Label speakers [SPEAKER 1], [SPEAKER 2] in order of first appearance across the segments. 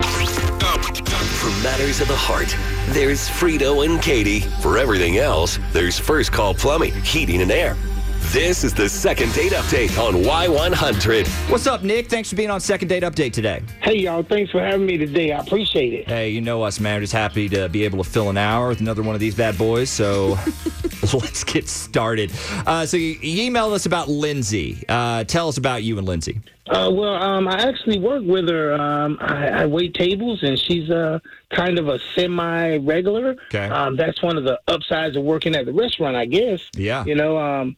[SPEAKER 1] For matters of the heart, there's Frito and Katie. For everything else, there's First Call Plumbing, Heating and Air. This is the second date update on Y100.
[SPEAKER 2] What's up, Nick? Thanks for being on Second Date Update today.
[SPEAKER 3] Hey, y'all. Thanks for having me today. I appreciate it.
[SPEAKER 2] Hey, you know us, man. We're just happy to be able to fill an hour with another one of these bad boys. So let's get started. Uh, so you, you emailed us about Lindsay. Uh, tell us about you and Lindsay.
[SPEAKER 3] Uh, well, um, I actually work with her. Um, I, I wait tables, and she's uh, kind of a semi regular.
[SPEAKER 2] Okay.
[SPEAKER 3] Um, that's one of the upsides of working at the restaurant, I guess.
[SPEAKER 2] Yeah.
[SPEAKER 3] You know, um,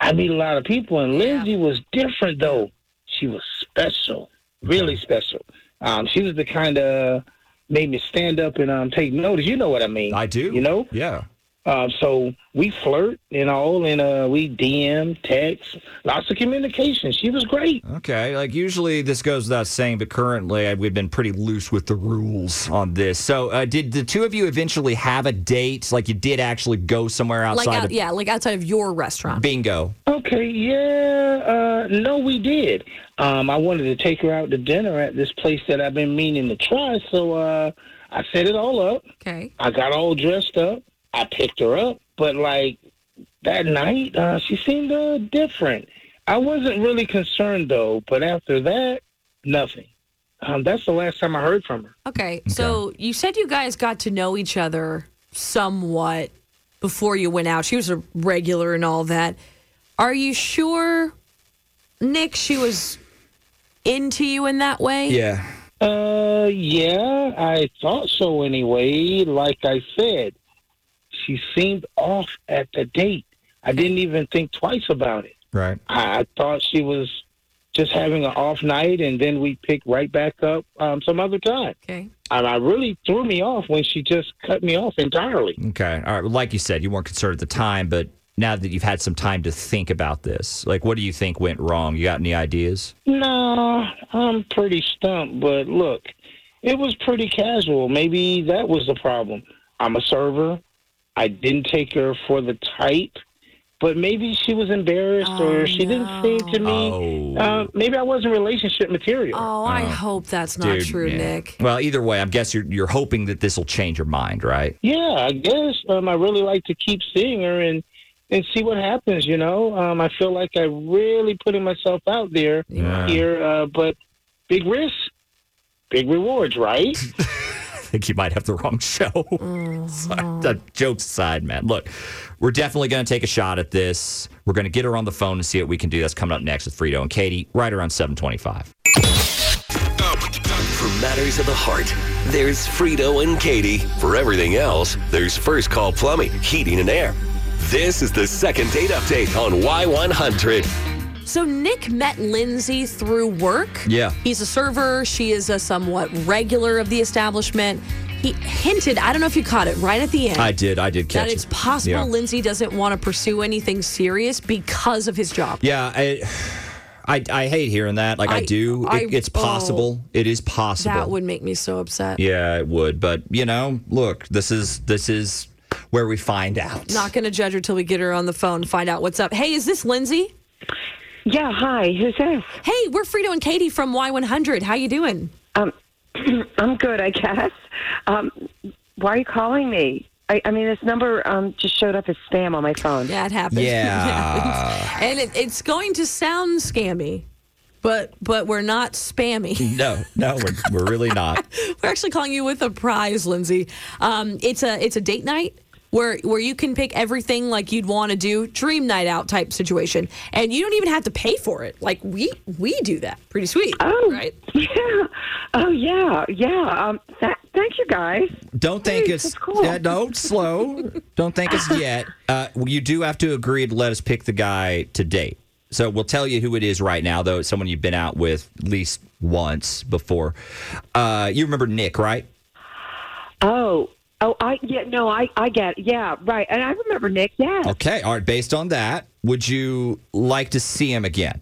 [SPEAKER 3] I meet a lot of people, and Lindsay was different, though. She was special, really special. Um, she was the kind of made me stand up and um, take notice. You know what I mean?
[SPEAKER 2] I do.
[SPEAKER 3] You know?
[SPEAKER 2] Yeah.
[SPEAKER 3] Um, so we flirt and all, and uh, we DM, text, lots of communication. She was great.
[SPEAKER 2] Okay. Like usually this goes without saying, but currently I- we've been pretty loose with the rules on this. So uh, did the two of you eventually have a date? Like you did actually go somewhere outside
[SPEAKER 4] Like out,
[SPEAKER 2] of
[SPEAKER 4] yeah, like outside of your restaurant.
[SPEAKER 2] bingo?
[SPEAKER 3] Okay, yeah, uh, no, we did. Um, I wanted to take her out to dinner at this place that I've been meaning to try, so uh, I set it all up.
[SPEAKER 4] Okay.
[SPEAKER 3] I got all dressed up. I picked her up, but like that night, uh, she seemed uh, different. I wasn't really concerned though, but after that, nothing. Um, that's the last time I heard from her.
[SPEAKER 4] Okay. So you said you guys got to know each other somewhat before you went out. She was a regular and all that. Are you sure, Nick, she was into you in that way?
[SPEAKER 2] Yeah.
[SPEAKER 3] Uh, yeah, I thought so anyway. Like I said, she seemed off at the date. I didn't even think twice about it.
[SPEAKER 2] Right.
[SPEAKER 3] I, I thought she was just having an off night, and then we picked right back up um, some other time.
[SPEAKER 4] Okay.
[SPEAKER 3] And I really threw me off when she just cut me off entirely.
[SPEAKER 2] Okay. All right. Well, Like you said, you weren't concerned at the time, but now that you've had some time to think about this, like what do you think went wrong? You got any ideas?
[SPEAKER 3] No, I'm pretty stumped, but look, it was pretty casual. Maybe that was the problem. I'm a server. I didn't take her for the type, but maybe she was embarrassed
[SPEAKER 4] Oh,
[SPEAKER 3] or she didn't seem to me.
[SPEAKER 2] Oh.
[SPEAKER 3] Uh, maybe I wasn't relationship material.
[SPEAKER 4] Oh, I hope that's not
[SPEAKER 2] Uh, Dude,
[SPEAKER 4] true,
[SPEAKER 2] yeah.
[SPEAKER 4] Nick.
[SPEAKER 2] Well, either way, I guess you're you're hoping that this will change your mind, right?
[SPEAKER 3] Yeah, I guess um, I really like to keep seeing her and and see what happens. You know, um, I feel like I really putting myself out there
[SPEAKER 2] Yeah.
[SPEAKER 3] here, uh, but big risk, big rewards, right?
[SPEAKER 2] I think you might have the wrong show.
[SPEAKER 4] Mm-hmm.
[SPEAKER 2] Sorry, that jokes aside, man. Look, we're definitely going to take a shot at this. We're going to get her on the phone and see what we can do. That's coming up next with Frito and Katie, right around 725.
[SPEAKER 1] For matters of the heart, there's Frito and Katie. For everything else, there's First Call Plumbing, Heating and Air. This is the second date update on Y100.
[SPEAKER 4] So Nick met Lindsay through work.
[SPEAKER 2] Yeah.
[SPEAKER 4] He's a server. She is a somewhat regular of the establishment. He hinted, I don't know if you caught it right at the end.
[SPEAKER 2] I did. I did catch
[SPEAKER 4] that it's
[SPEAKER 2] it.
[SPEAKER 4] possible
[SPEAKER 2] Yeah.
[SPEAKER 4] Lindsay doesn't want to pursue anything serious because of his job.
[SPEAKER 2] Yeah, I, I, I hate hearing that. Like I,
[SPEAKER 4] I-
[SPEAKER 2] do.
[SPEAKER 4] I- oh,
[SPEAKER 2] It- it's possible. it is possible.
[SPEAKER 4] That would make me so upset.
[SPEAKER 2] Yeah, it would. But you know, look, this is this is where we find out.
[SPEAKER 4] Not going to judge her till we get her on the phone, find out what's up. Hey, is this Lindsay?
[SPEAKER 5] Yeah, hi. Who's this?
[SPEAKER 4] Hey, we're Frito and Katie from Y100. How you doing?
[SPEAKER 5] Um, I'm good, I guess. Um, why are you calling me? I, I mean, this number um, just showed up as spam on my phone.
[SPEAKER 4] That happened.
[SPEAKER 2] yeah.
[SPEAKER 4] and it, it's going to sound scammy, but but we're not spammy.
[SPEAKER 2] No, no, we're, we're really not.
[SPEAKER 4] we're actually calling you with a prize, Lindsay. Um, it's a it's a date night. Where, where you can pick everything like you'd want to do, dream night out type situation, and you don't even have to pay for it. Like we we do that, pretty sweet,
[SPEAKER 5] Oh,
[SPEAKER 4] right?
[SPEAKER 5] Yeah. Oh, yeah. Yeah. Um, tha- thank you, guys.
[SPEAKER 2] Don't think
[SPEAKER 5] Hey,
[SPEAKER 2] it's
[SPEAKER 5] that's cool.
[SPEAKER 2] yeah, no slow. Don't think it's yet. Uh, well, you do have to agree to let us pick the guy to date. So we'll tell you who it is right now, though it's someone you've been out with at least once before. Uh, you remember Nick, right?
[SPEAKER 5] Oh, oh, I yeah, no, I I get yeah, right, and I remember Nick. Yeah,
[SPEAKER 2] Okay. All right. Based on that, would you like to see him again?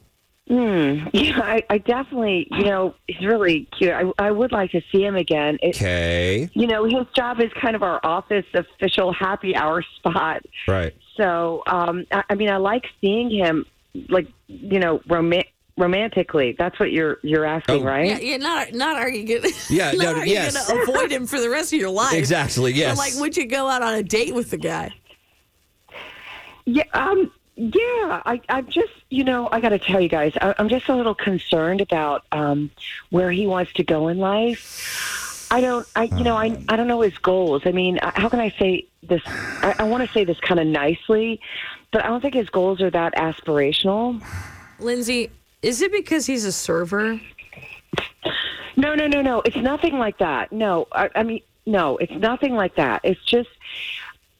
[SPEAKER 5] Hmm. yeah, I, I definitely, you know, he's really cute. I I would like to see him again. It,
[SPEAKER 2] Okay.
[SPEAKER 5] You know, his job is kind of our office official happy hour spot.
[SPEAKER 2] Right.
[SPEAKER 5] So, um, I, I mean, I like seeing him, like you know, rom- romantically. That's what you're you're asking,
[SPEAKER 2] Oh,
[SPEAKER 5] right?
[SPEAKER 4] Yeah, yeah, not not are you gonna
[SPEAKER 2] Yeah,
[SPEAKER 4] not
[SPEAKER 2] no,
[SPEAKER 4] are
[SPEAKER 2] yes.
[SPEAKER 4] you gonna avoid him for the rest of your life?
[SPEAKER 2] Exactly.
[SPEAKER 4] But,
[SPEAKER 2] Yes.
[SPEAKER 4] like, would you go out on a date with the guy?
[SPEAKER 5] Yeah, um, yeah. I, I'm just, you know, I got to tell you guys, I, I'm just a little concerned about um, where he wants to go in life. I don't, I, you know, I, I don't know his goals. I mean, I, how can I say this? I, I want to say this kind of nicely, but I don't think his goals are that aspirational.
[SPEAKER 4] Lindsay, is it because he's a server?
[SPEAKER 5] No, no, no, no. It's nothing like that. No, I, I mean, no, it's nothing like that. It's just,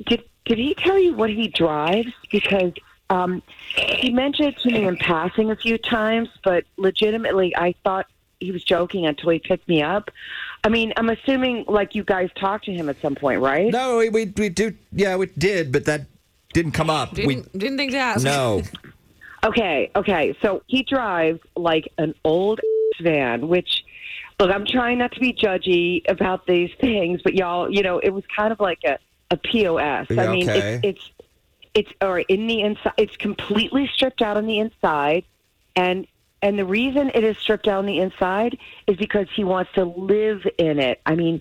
[SPEAKER 5] did did he tell you what he drives? Because um, he mentioned it to me in passing a few times, but legitimately, I thought he was joking until he picked me up. I mean, I'm assuming like you guys talked to him at some point, right?
[SPEAKER 2] No, we, we, we do. Yeah, we did, but that didn't come up.
[SPEAKER 4] Didn't didn't think to
[SPEAKER 2] we
[SPEAKER 4] ask.
[SPEAKER 2] no.
[SPEAKER 5] Okay, okay. So he drives like an old van, which look, I'm trying not to be judgy about these things, but y'all, you know, it was kind of like a, a POS.
[SPEAKER 2] Yeah,
[SPEAKER 5] I mean,
[SPEAKER 2] okay.
[SPEAKER 5] it's it's it's or in the inside, it's completely stripped out on the inside, and and the reason it is stripped out on the inside is because he wants to live in it. I mean,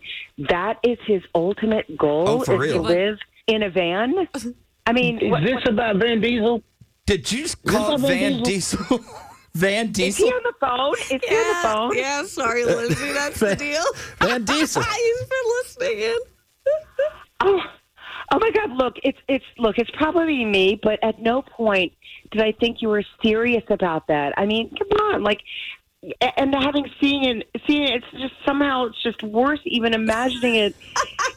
[SPEAKER 5] that is his ultimate goal
[SPEAKER 2] Oh, for
[SPEAKER 5] is to
[SPEAKER 2] real?
[SPEAKER 5] live in a van. I mean,
[SPEAKER 3] Is
[SPEAKER 5] what,
[SPEAKER 3] this about Van Diesel?
[SPEAKER 2] Did you just call it
[SPEAKER 3] Remember
[SPEAKER 2] Van
[SPEAKER 3] Van
[SPEAKER 2] Diesel? Van
[SPEAKER 5] is he
[SPEAKER 2] Diesel?
[SPEAKER 5] on the phone? Is he on the
[SPEAKER 4] Yeah,
[SPEAKER 5] phone?
[SPEAKER 4] yeah, sorry, Lindsay, that's the deal.
[SPEAKER 2] Van Diesel.
[SPEAKER 4] He's been listening in.
[SPEAKER 5] Oh, oh my God! Look, it's it's look, it's probably me, but at no point did I think you were serious about that. I mean, come on, like, a- and having seen it, seen it, it's just somehow it's just worse even imagining it.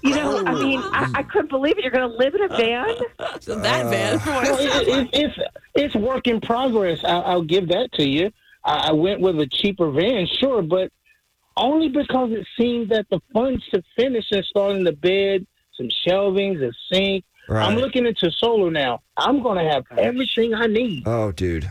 [SPEAKER 5] You know,
[SPEAKER 3] Oh.
[SPEAKER 5] I mean, I, I couldn't believe it. You're going to live in a van?
[SPEAKER 4] So that
[SPEAKER 2] Uh.
[SPEAKER 4] man.
[SPEAKER 3] Well, it, it, it's it's work in progress. I, I'll give that to you. I, I went with a cheaper van, sure, but only because it seemed that the funds to finish installing the bed, some shelvings, a sink. I'm
[SPEAKER 2] Right.
[SPEAKER 3] looking into solar now. I'm going to have everything I need.
[SPEAKER 2] Oh, dude.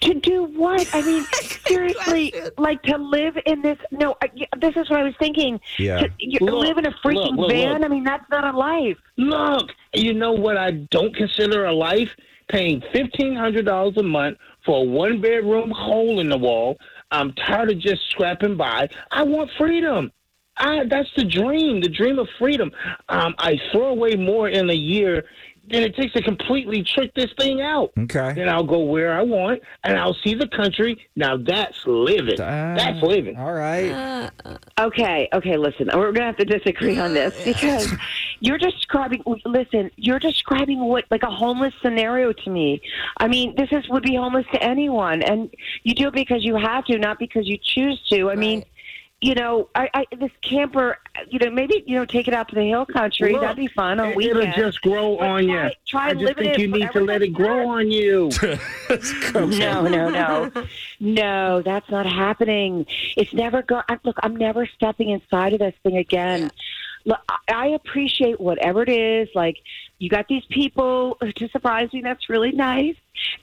[SPEAKER 5] To do what? I mean, seriously, like to live in this? No, I, this is what I was thinking.
[SPEAKER 2] Yeah.
[SPEAKER 5] To, you,
[SPEAKER 3] Look,
[SPEAKER 5] live in a
[SPEAKER 3] look,
[SPEAKER 5] freaking
[SPEAKER 3] look,
[SPEAKER 5] van?
[SPEAKER 3] look.
[SPEAKER 5] I mean, that's not a life.
[SPEAKER 3] Look, you know what I don't consider a life? Paying fifteen hundred dollars a month for a one bedroom hole in the wall. I'm tired of just scrapping by. I want freedom. I that's the dream, the dream of freedom. Um, I throw away more in a year than it takes to completely trick this thing out.
[SPEAKER 2] Okay.
[SPEAKER 3] Then I'll go where I want and I'll see the country. Now that's living. that's living.
[SPEAKER 2] All right.
[SPEAKER 5] Okay, okay, listen, we're going to have to disagree on this because you're describing, listen, you're describing what, like a homeless scenario to me. I mean, this is, would be homeless to anyone. And you do it because you have to, not because you choose to. I mean, you know, I, I, this camper, you know, maybe, you know, take it out to the hill country.
[SPEAKER 3] Look,
[SPEAKER 5] That'd be fun on
[SPEAKER 3] It- It'll
[SPEAKER 5] weekends.
[SPEAKER 3] just grow
[SPEAKER 5] But
[SPEAKER 3] on
[SPEAKER 5] try-
[SPEAKER 3] you.
[SPEAKER 5] try
[SPEAKER 3] I just
[SPEAKER 5] living
[SPEAKER 3] think
[SPEAKER 5] it
[SPEAKER 3] you need to
[SPEAKER 5] forever
[SPEAKER 3] let it
[SPEAKER 5] that's
[SPEAKER 3] grow
[SPEAKER 5] yours.
[SPEAKER 3] on you.
[SPEAKER 5] No, no, no. No, that's not happening. It's never go. I, look, I'm never stepping inside of this thing again. Look, I- I appreciate whatever it is. Like, you got these people to surprise me. That's really nice.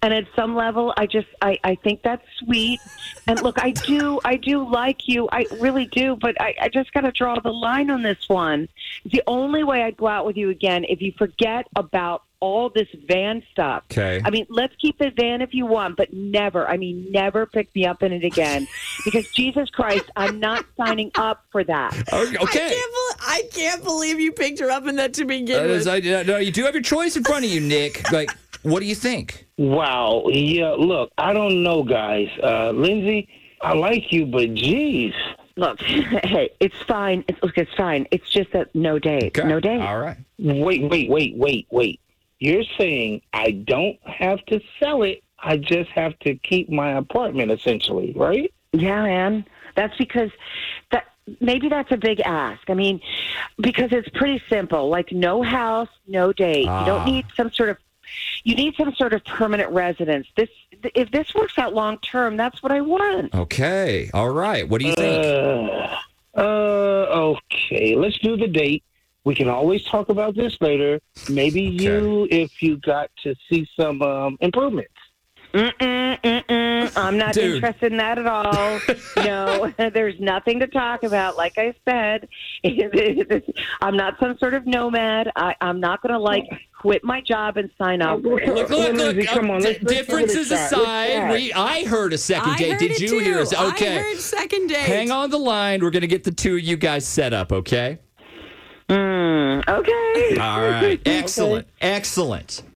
[SPEAKER 5] And at some level, I just, I, I think that's sweet. And look, I do, I do like you. I really do. But I, I just got to draw the line on this one. The only way I'd go out with you again, if you forget about all this van stuff.
[SPEAKER 2] Okay.
[SPEAKER 5] I mean, let's keep the van if you want, but never, I mean, never pick me up in it again. Because Jesus Christ, I'm not signing up for that.
[SPEAKER 4] I
[SPEAKER 2] Okay.
[SPEAKER 4] can't, bel I can't believe you picked her up in that to begin
[SPEAKER 2] That is,
[SPEAKER 4] with.
[SPEAKER 2] I, no, you do have your choice in front of you, Nick. Like, what do you think?
[SPEAKER 3] Wow. Yeah. Look, I don't know, guys. Uh, Lindsay, I like you, but geez,
[SPEAKER 5] Look, hey, it's fine. It's, look, it's fine. It's just that no date.
[SPEAKER 2] Okay.
[SPEAKER 5] No date.
[SPEAKER 2] All right.
[SPEAKER 3] wait, wait, wait, wait, wait. You're saying I don't have to sell it. I just have to keep my apartment, essentially, right?
[SPEAKER 5] Yeah, man. That's because that maybe that's a big ask. I mean, because it's pretty simple. Like no house, no date. You
[SPEAKER 2] Ah.
[SPEAKER 5] don't need some sort of you need some sort of permanent residence. This if this works out long term, that's what I want.
[SPEAKER 2] Okay. All right. What do you think?
[SPEAKER 3] Uh, uh, okay, let's do the date. We can always talk about this later. Maybe you, if you got to see some um, improvements.
[SPEAKER 5] Mm-mm, mm-mm. I'm not
[SPEAKER 2] Dude.
[SPEAKER 5] interested in that at all. no, there's nothing to talk about. Like I said, I'm not some sort of nomad. I, I'm not going to like quit my job and sign up.
[SPEAKER 2] Look, look, look.
[SPEAKER 3] Lindsay, come on,
[SPEAKER 2] uh,
[SPEAKER 3] let's-
[SPEAKER 2] di-
[SPEAKER 3] let's give it a
[SPEAKER 2] differences
[SPEAKER 3] shot. Let's
[SPEAKER 2] aside,
[SPEAKER 3] try.
[SPEAKER 2] we I heard a second
[SPEAKER 4] I
[SPEAKER 2] date.
[SPEAKER 4] heard
[SPEAKER 2] Did
[SPEAKER 4] it
[SPEAKER 2] you
[SPEAKER 4] too.
[SPEAKER 2] hear us?
[SPEAKER 4] I
[SPEAKER 2] Okay.
[SPEAKER 4] heard second date.
[SPEAKER 2] Hang on the line. We're going to get the two of you guys set up, okay?
[SPEAKER 5] Mm, okay.
[SPEAKER 2] All right. Excellent. Excellent.